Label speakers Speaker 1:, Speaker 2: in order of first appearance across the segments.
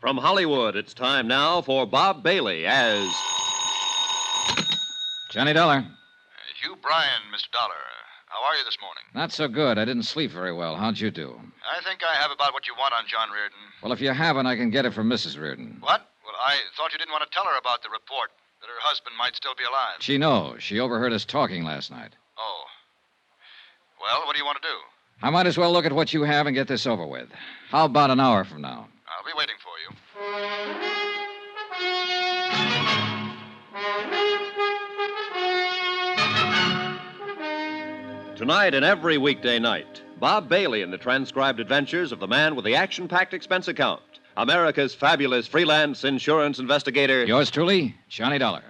Speaker 1: From Hollywood, it's time now for Bob Bailey as.
Speaker 2: Johnny Dollar.
Speaker 3: Hugh Bryan, Mr. Dollar. How are you this morning?
Speaker 2: Not so good. I didn't sleep very well. How'd you do?
Speaker 3: I think I have about what you want on John Reardon.
Speaker 2: Well, if you haven't, I can get it from Mrs. Reardon.
Speaker 3: What? Well, I thought you didn't want to tell her about the report, that her husband might still be alive.
Speaker 2: She knows. She overheard us talking last night.
Speaker 3: Oh. Well, what do you want to do?
Speaker 2: I might as well look at what you have and get this over with. How about an hour from now?
Speaker 3: I'll be waiting for you.
Speaker 1: Tonight and every weekday night, Bob Bailey in the transcribed adventures of the man with the action packed expense account, America's fabulous freelance insurance investigator.
Speaker 2: Yours truly, Johnny Dollar.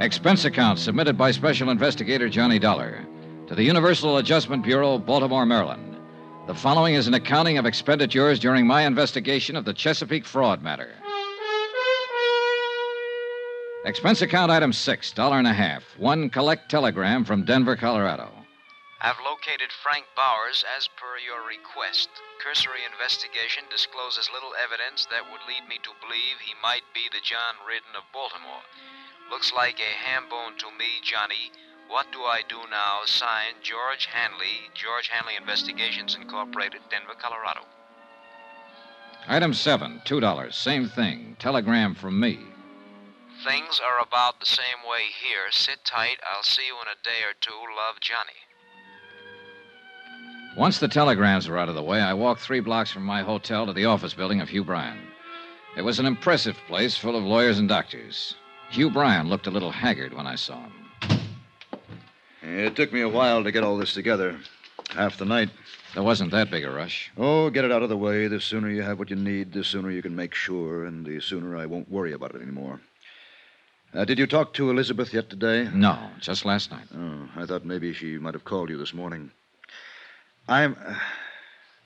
Speaker 2: Expense account submitted by Special Investigator Johnny Dollar to the Universal Adjustment Bureau, Baltimore, Maryland. The following is an accounting of expenditures during my investigation of the Chesapeake fraud matter. Expense account item six, dollar and a half. One collect telegram from Denver, Colorado.
Speaker 4: I've located Frank Bowers as per your request. Cursory investigation discloses little evidence that would lead me to believe he might be the John Ridden of Baltimore. Looks like a ham bone to me, Johnny. What do I do now? Signed, George Hanley, George Hanley Investigations Incorporated, Denver, Colorado.
Speaker 2: Item seven, two dollars. Same thing. Telegram from me.
Speaker 4: Things are about the same way here. Sit tight. I'll see you in a day or two. Love, Johnny.
Speaker 2: Once the telegrams were out of the way, I walked three blocks from my hotel to the office building of Hugh Bryan. It was an impressive place full of lawyers and doctors. Hugh Bryan looked a little haggard when I saw him.
Speaker 5: It took me a while to get all this together. Half the night.
Speaker 2: There wasn't that big a rush.
Speaker 5: Oh, get it out of the way. The sooner you have what you need, the sooner you can make sure, and the sooner I won't worry about it anymore. Uh, did you talk to Elizabeth yet today?
Speaker 2: No, just last night.
Speaker 5: Oh, I thought maybe she might have called you this morning. I'm. Uh,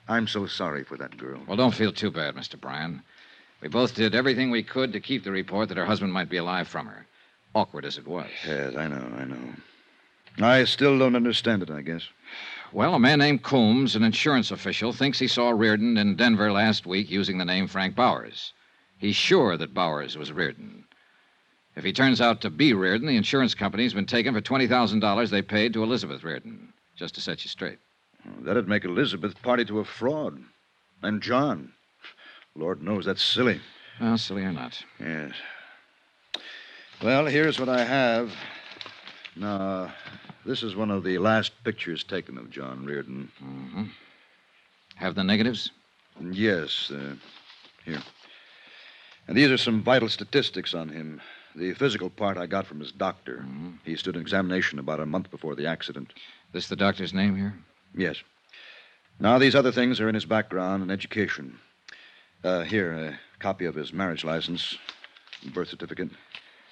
Speaker 5: I'm so sorry for that girl.
Speaker 2: Well, don't feel too bad, Mr. Bryan. We both did everything we could to keep the report that her husband might be alive from her, awkward as it was.
Speaker 5: Yes, I know, I know. I still don't understand it, I guess.
Speaker 2: Well, a man named Coombs, an insurance official, thinks he saw Reardon in Denver last week using the name Frank Bowers. He's sure that Bowers was Reardon. If he turns out to be Reardon, the insurance company's been taken for $20,000 they paid to Elizabeth Reardon, just to set you straight.
Speaker 5: That'd make Elizabeth party to a fraud. And John. Lord knows that's silly.
Speaker 2: Well, silly or not.
Speaker 5: Yes. Well, here's what I have. Now, this is one of the last pictures taken of John Reardon.
Speaker 2: hmm Have the negatives?
Speaker 5: Yes, uh, here. And these are some vital statistics on him. The physical part I got from his doctor.
Speaker 2: Mhm.
Speaker 5: He stood an examination about a month before the accident.
Speaker 2: This the doctor's name here?
Speaker 5: Yes. Now, these other things are in his background and education. Uh, here, a copy of his marriage license, birth certificate.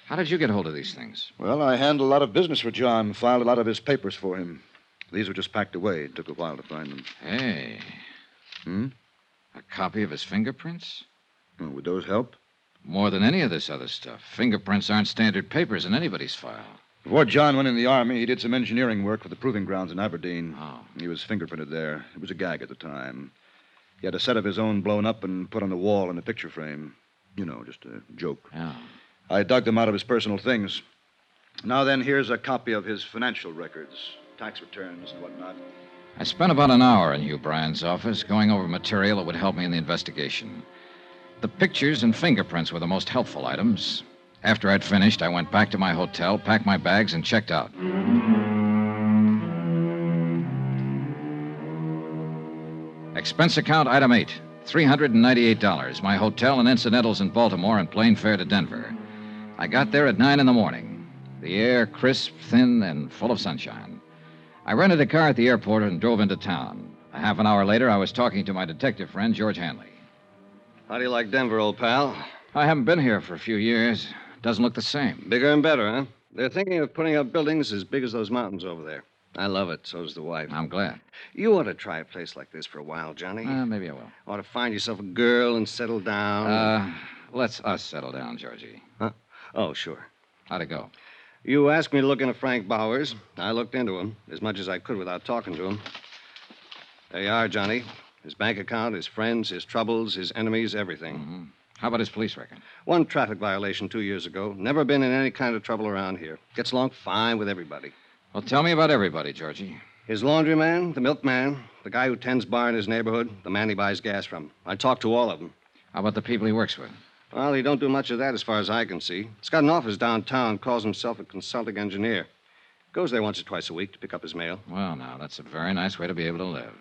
Speaker 2: How did you get hold of these things?
Speaker 5: Well, I handled a lot of business for John, filed a lot of his papers for him. These were just packed away. It took a while to find them.
Speaker 2: Hey.
Speaker 5: Hmm?
Speaker 2: A copy of his fingerprints?
Speaker 5: Oh, would those help?
Speaker 2: More than any of this other stuff. Fingerprints aren't standard papers in anybody's file.
Speaker 5: Before John went in the Army, he did some engineering work for the proving grounds in Aberdeen.
Speaker 2: Oh.
Speaker 5: He was fingerprinted there. It was a gag at the time. He had a set of his own blown up and put on the wall in a picture frame. You know, just a joke.
Speaker 2: Yeah.
Speaker 5: I dug them out of his personal things. Now then, here's a copy of his financial records, tax returns and whatnot.
Speaker 2: I spent about an hour in Hugh Bryan's office going over material that would help me in the investigation. The pictures and fingerprints were the most helpful items. After I'd finished, I went back to my hotel, packed my bags, and checked out. Expense account item eight $398. My hotel and incidentals in Baltimore and plane fare to Denver. I got there at 9 in the morning. The air crisp, thin, and full of sunshine. I rented a car at the airport and drove into town. A half an hour later, I was talking to my detective friend, George Hanley.
Speaker 6: How do you like Denver, old pal?
Speaker 2: I haven't been here for a few years. Doesn't look the same.
Speaker 6: Bigger and better, huh? They're thinking of putting up buildings as big as those mountains over there. I love it. So's the wife.
Speaker 2: I'm glad.
Speaker 6: You ought to try a place like this for a while, Johnny.
Speaker 2: Uh, maybe I will.
Speaker 6: ought to find yourself a girl and settle down.
Speaker 2: Uh, let's us settle down, Georgie.
Speaker 6: oh, sure.
Speaker 2: How'd it go?
Speaker 5: You asked me to look into Frank Bowers. I looked into him as much as I could without talking to him. There you are, Johnny. His bank account, his friends, his troubles, his enemies, everything.
Speaker 2: Mm. Mm-hmm. How about his police record?
Speaker 5: One traffic violation two years ago. Never been in any kind of trouble around here. Gets along fine with everybody.
Speaker 2: Well, tell me about everybody, Georgie.
Speaker 5: His laundryman, the milkman, the guy who tends bar in his neighborhood, the man he buys gas from. I talked to all of them.
Speaker 2: How about the people he works with?
Speaker 5: Well, he don't do much of that as far as I can see. He's got an office downtown, calls himself a consulting engineer. Goes there once or twice a week to pick up his mail.
Speaker 2: Well, now, that's a very nice way to be able to live.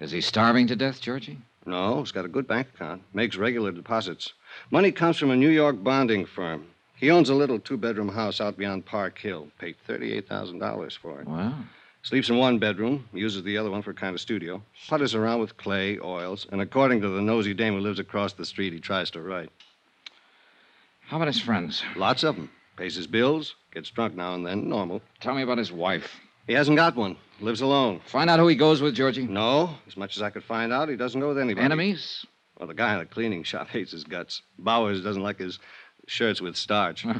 Speaker 2: Is he starving to death, Georgie?
Speaker 5: No, he's got a good bank account, makes regular deposits. Money comes from a New York bonding firm. He owns a little two bedroom house out beyond Park Hill, paid $38,000 for it.
Speaker 2: Well,
Speaker 5: Sleeps in one bedroom, uses the other one for a kind of studio, putters around with clay, oils, and according to the nosy dame who lives across the street, he tries to write.
Speaker 2: how about his friends?
Speaker 5: Lots of them. Pays his bills, gets drunk now and then, normal.
Speaker 2: Tell me about his wife.
Speaker 5: He hasn't got one, lives alone.
Speaker 2: Find out who he goes with, Georgie.
Speaker 5: No, as much as I could find out, he doesn't go with anybody.
Speaker 2: Enemies?
Speaker 5: Well, the guy in the cleaning shop hates his guts. Bowers doesn't like his shirts with starch,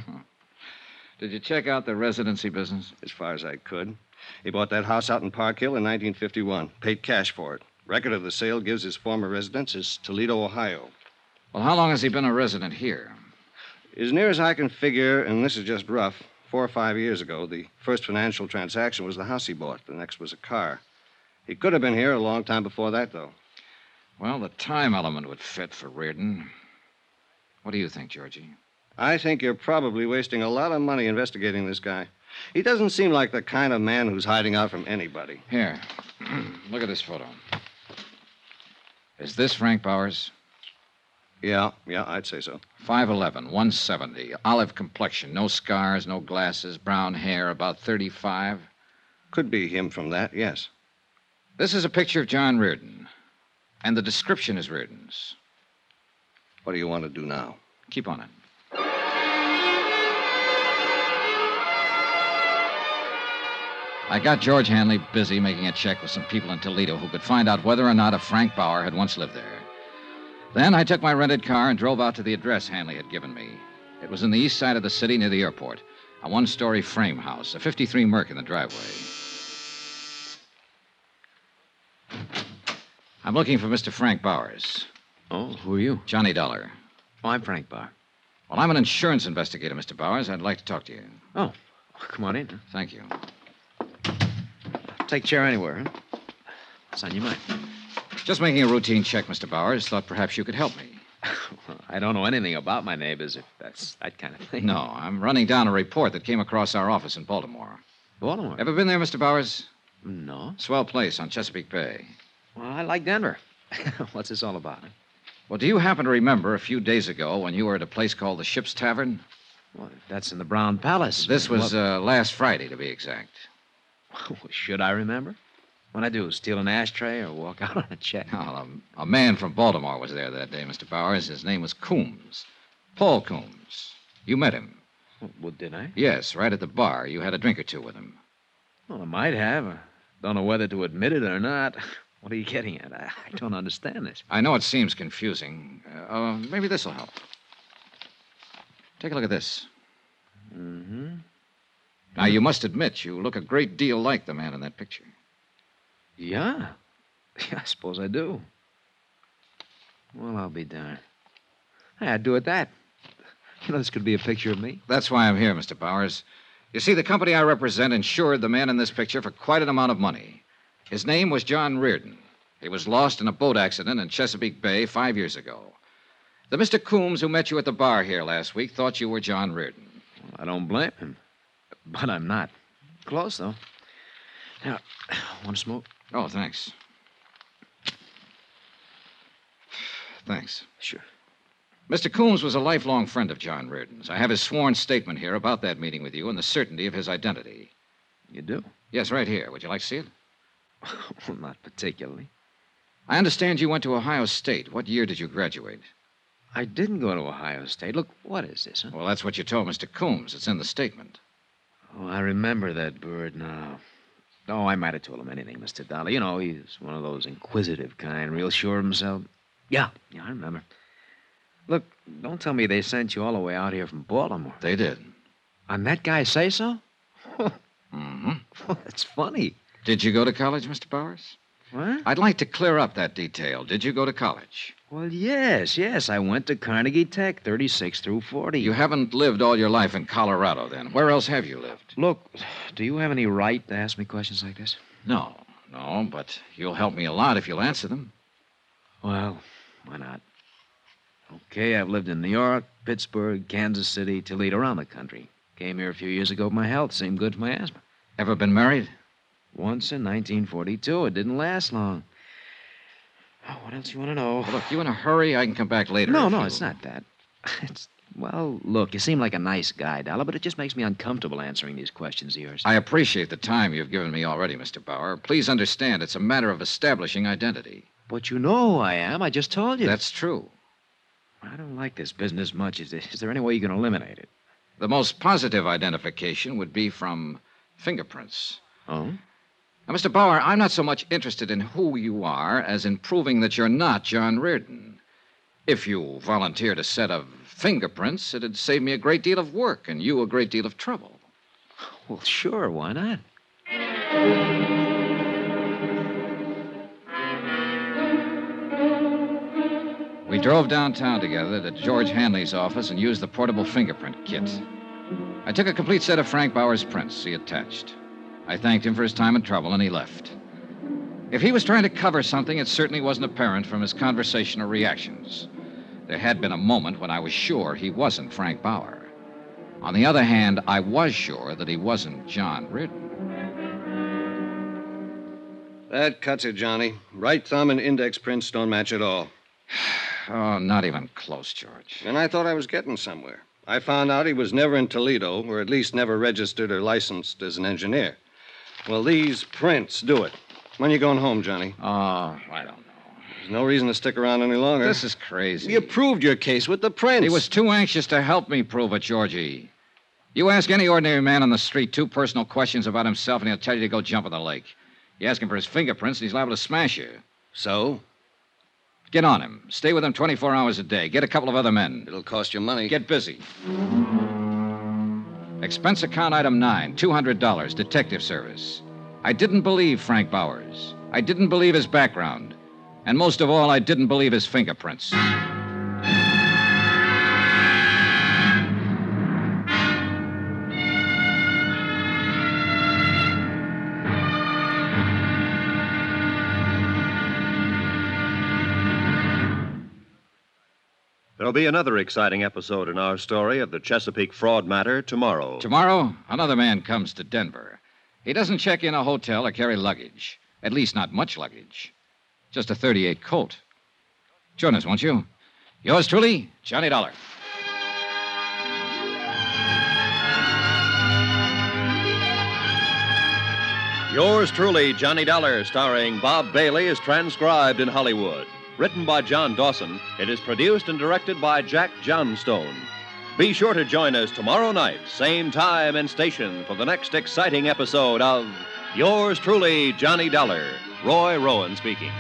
Speaker 2: Did you check out the residency business?
Speaker 5: as far as I could. He bought that house out in Park Hill in 1951, paid cash for it. Record of the sale gives his former residence as Toledo, Ohio.
Speaker 2: Well, how long has he been a resident here?
Speaker 5: As near as I can figure, and this is just rough, four or five years ago, the first financial transaction was the house he bought. The next was a car. He could have been here a long time before that, though.
Speaker 2: Well, the time element would fit for Reardon. What do you think, Georgie?
Speaker 5: I think you're probably wasting a lot of money investigating this guy. He doesn't seem like the kind of man who's hiding out from anybody.
Speaker 2: Here, look at this photo. Is this Frank Bowers?
Speaker 5: Yeah, yeah, I'd say so.
Speaker 2: 5'11, 170, olive complexion, no scars, no glasses, brown hair, about 35.
Speaker 5: Could be him from that, yes.
Speaker 2: This is a picture of John Reardon, and the description is Reardon's.
Speaker 5: What do you want to do now?
Speaker 2: Keep on it. I got George Hanley busy making a check with some people in Toledo who could find out whether or not a Frank Bauer had once lived there. Then I took my rented car and drove out to the address Hanley had given me. It was in the east side of the city near the airport, a one story frame house, a 53 Merc in the driveway. I'm looking for Mr. Frank Bowers,
Speaker 7: Oh, who are you?
Speaker 2: Johnny Dollar.
Speaker 7: Oh, I'm Frank Bauer.
Speaker 2: Well, I'm an insurance investigator, Mr. Bowers. I'd like to talk to you.
Speaker 7: Oh, come on in.
Speaker 2: Thank you.
Speaker 7: Take chair anywhere, huh? What's on your mind?
Speaker 2: Just making a routine check, Mr. Bowers. Thought perhaps you could help me.
Speaker 7: Well, I don't know anything about my neighbors, if that's that kind of thing.
Speaker 2: No, I'm running down a report that came across our office in Baltimore.
Speaker 7: Baltimore?
Speaker 2: Ever been there, Mr. Bowers?
Speaker 7: No.
Speaker 2: Swell place on Chesapeake Bay.
Speaker 7: Well, I like Denver. What's this all about? huh?
Speaker 2: Well, do you happen to remember a few days ago when you were at a place called the Ship's Tavern?
Speaker 7: Well, that's in the Brown Palace.
Speaker 2: This was
Speaker 7: What-
Speaker 2: uh, last Friday, to be exact.
Speaker 7: Should I remember? When I do, steal an ashtray or walk out on a check?
Speaker 2: Now, a, a man from Baltimore was there that day, Mr. Bowers. His name was Coombs. Paul Coombs. You met him.
Speaker 7: Well, did I?
Speaker 2: Yes, right at the bar. You had a drink or two with him.
Speaker 7: Well, I might have. I don't know whether to admit it or not. What are you getting at? I, I don't understand this.
Speaker 2: I know it seems confusing. Uh, uh, maybe this will help. Take a look at this.
Speaker 7: Mm-hmm.
Speaker 2: Now, you must admit, you look a great deal like the man in that picture.
Speaker 7: Yeah. Yeah, I suppose I do. Well, I'll be darned. Hey, I'd do it that. You know, this could be a picture of me.
Speaker 2: That's why I'm here, Mr. Bowers. You see, the company I represent insured the man in this picture for quite an amount of money. His name was John Reardon. He was lost in a boat accident in Chesapeake Bay five years ago. The Mr. Coombs who met you at the bar here last week thought you were John Reardon.
Speaker 7: Well, I don't blame him. But I'm not. Close, though. Now, want to smoke?
Speaker 2: Oh, thanks. Thanks.
Speaker 7: Sure.
Speaker 2: Mr. Coombs was a lifelong friend of John Reardon's. I have his sworn statement here about that meeting with you and the certainty of his identity.
Speaker 7: You do?
Speaker 2: Yes, right here. Would you like to see it?
Speaker 7: well, not particularly.
Speaker 2: I understand you went to Ohio State. What year did you graduate?
Speaker 7: I didn't go to Ohio State. Look, what is this, huh?
Speaker 2: Well, that's what you told Mr. Coombs. It's in the statement.
Speaker 7: Oh, I remember that bird now. Oh, I might have told him anything, Mr. Dollar. You know, he's one of those inquisitive kind, real sure of himself. Yeah, yeah, I remember. Look, don't tell me they sent you all the way out here from Baltimore.
Speaker 2: They did.
Speaker 7: On that guy's say so?
Speaker 2: Mm-hmm.
Speaker 7: That's funny.
Speaker 2: Did you go to college, Mr. Bowers?
Speaker 7: What?
Speaker 2: I'd like to clear up that detail. Did you go to college?
Speaker 7: Well, yes, yes. I went to Carnegie Tech, 36 through 40.
Speaker 2: You haven't lived all your life in Colorado, then. Where else have you lived?
Speaker 7: Look, do you have any right to ask me questions like this?
Speaker 2: No, no, but you'll help me a lot if you'll answer them.
Speaker 7: Well, why not? Okay, I've lived in New York, Pittsburgh, Kansas City, Toledo, around the country. Came here a few years ago. My health seemed good for my asthma.
Speaker 2: Ever been married?
Speaker 7: Once in 1942. It didn't last long. Oh, what else you want to know?
Speaker 2: Well, look, you in a hurry? I can come back later.
Speaker 7: No,
Speaker 2: if
Speaker 7: no,
Speaker 2: you-
Speaker 7: it's not that. It's well, look, you seem like a nice guy, Dollar, but it just makes me uncomfortable answering these questions of yours.
Speaker 2: I appreciate the time you've given me already, Mr. Bauer. Please understand it's a matter of establishing identity.
Speaker 7: But you know who I am. I just told you.
Speaker 2: That's true.
Speaker 7: I don't like this business much. Is there, is there any way you can eliminate it?
Speaker 2: The most positive identification would be from fingerprints.
Speaker 7: Oh?
Speaker 2: Now, Mr. Bauer, I'm not so much interested in who you are as in proving that you're not John Reardon. If you volunteered a set of fingerprints, it'd save me a great deal of work and you a great deal of trouble.
Speaker 7: Well, sure. Why not?
Speaker 2: We drove downtown together to George Hanley's office and used the portable fingerprint kit. I took a complete set of Frank Bauer's prints, see attached. I thanked him for his time and trouble, and he left. If he was trying to cover something, it certainly wasn't apparent from his conversation or reactions. There had been a moment when I was sure he wasn't Frank Bauer. On the other hand, I was sure that he wasn't John Reardon.
Speaker 5: That cuts it, Johnny. Right thumb and index prints don't match at all.
Speaker 2: Oh, not even close, George.
Speaker 5: And I thought I was getting somewhere. I found out he was never in Toledo, or at least never registered or licensed as an engineer. Well, these prints do it. When you going home, Johnny?
Speaker 2: Oh, I don't know.
Speaker 5: There's no reason to stick around any longer.
Speaker 2: This is crazy.
Speaker 5: You proved your case with the prints.
Speaker 2: He was too anxious to help me prove it, Georgie. You ask any ordinary man on the street two personal questions about himself, and he'll tell you to go jump in the lake. You ask him for his fingerprints, and he's liable to smash you.
Speaker 5: So?
Speaker 2: Get on him. Stay with him 24 hours a day. Get a couple of other men.
Speaker 5: It'll cost you money.
Speaker 2: Get busy. Expense account item nine $200, detective service. I didn't believe Frank Bowers. I didn't believe his background. And most of all, I didn't believe his fingerprints.
Speaker 1: There'll be another exciting episode in our story of the Chesapeake fraud matter tomorrow.
Speaker 2: Tomorrow, another man comes to Denver. He doesn't check in a hotel or carry luggage. At least, not much luggage. Just a 38 Colt. Join us, won't you? Yours truly, Johnny Dollar.
Speaker 1: Yours truly, Johnny Dollar, starring Bob Bailey, is transcribed in Hollywood. Written by John Dawson, it is produced and directed by Jack Johnstone. Be sure to join us tomorrow night, same time and station, for the next exciting episode of Yours truly, Johnny Dollar. Roy Rowan speaking.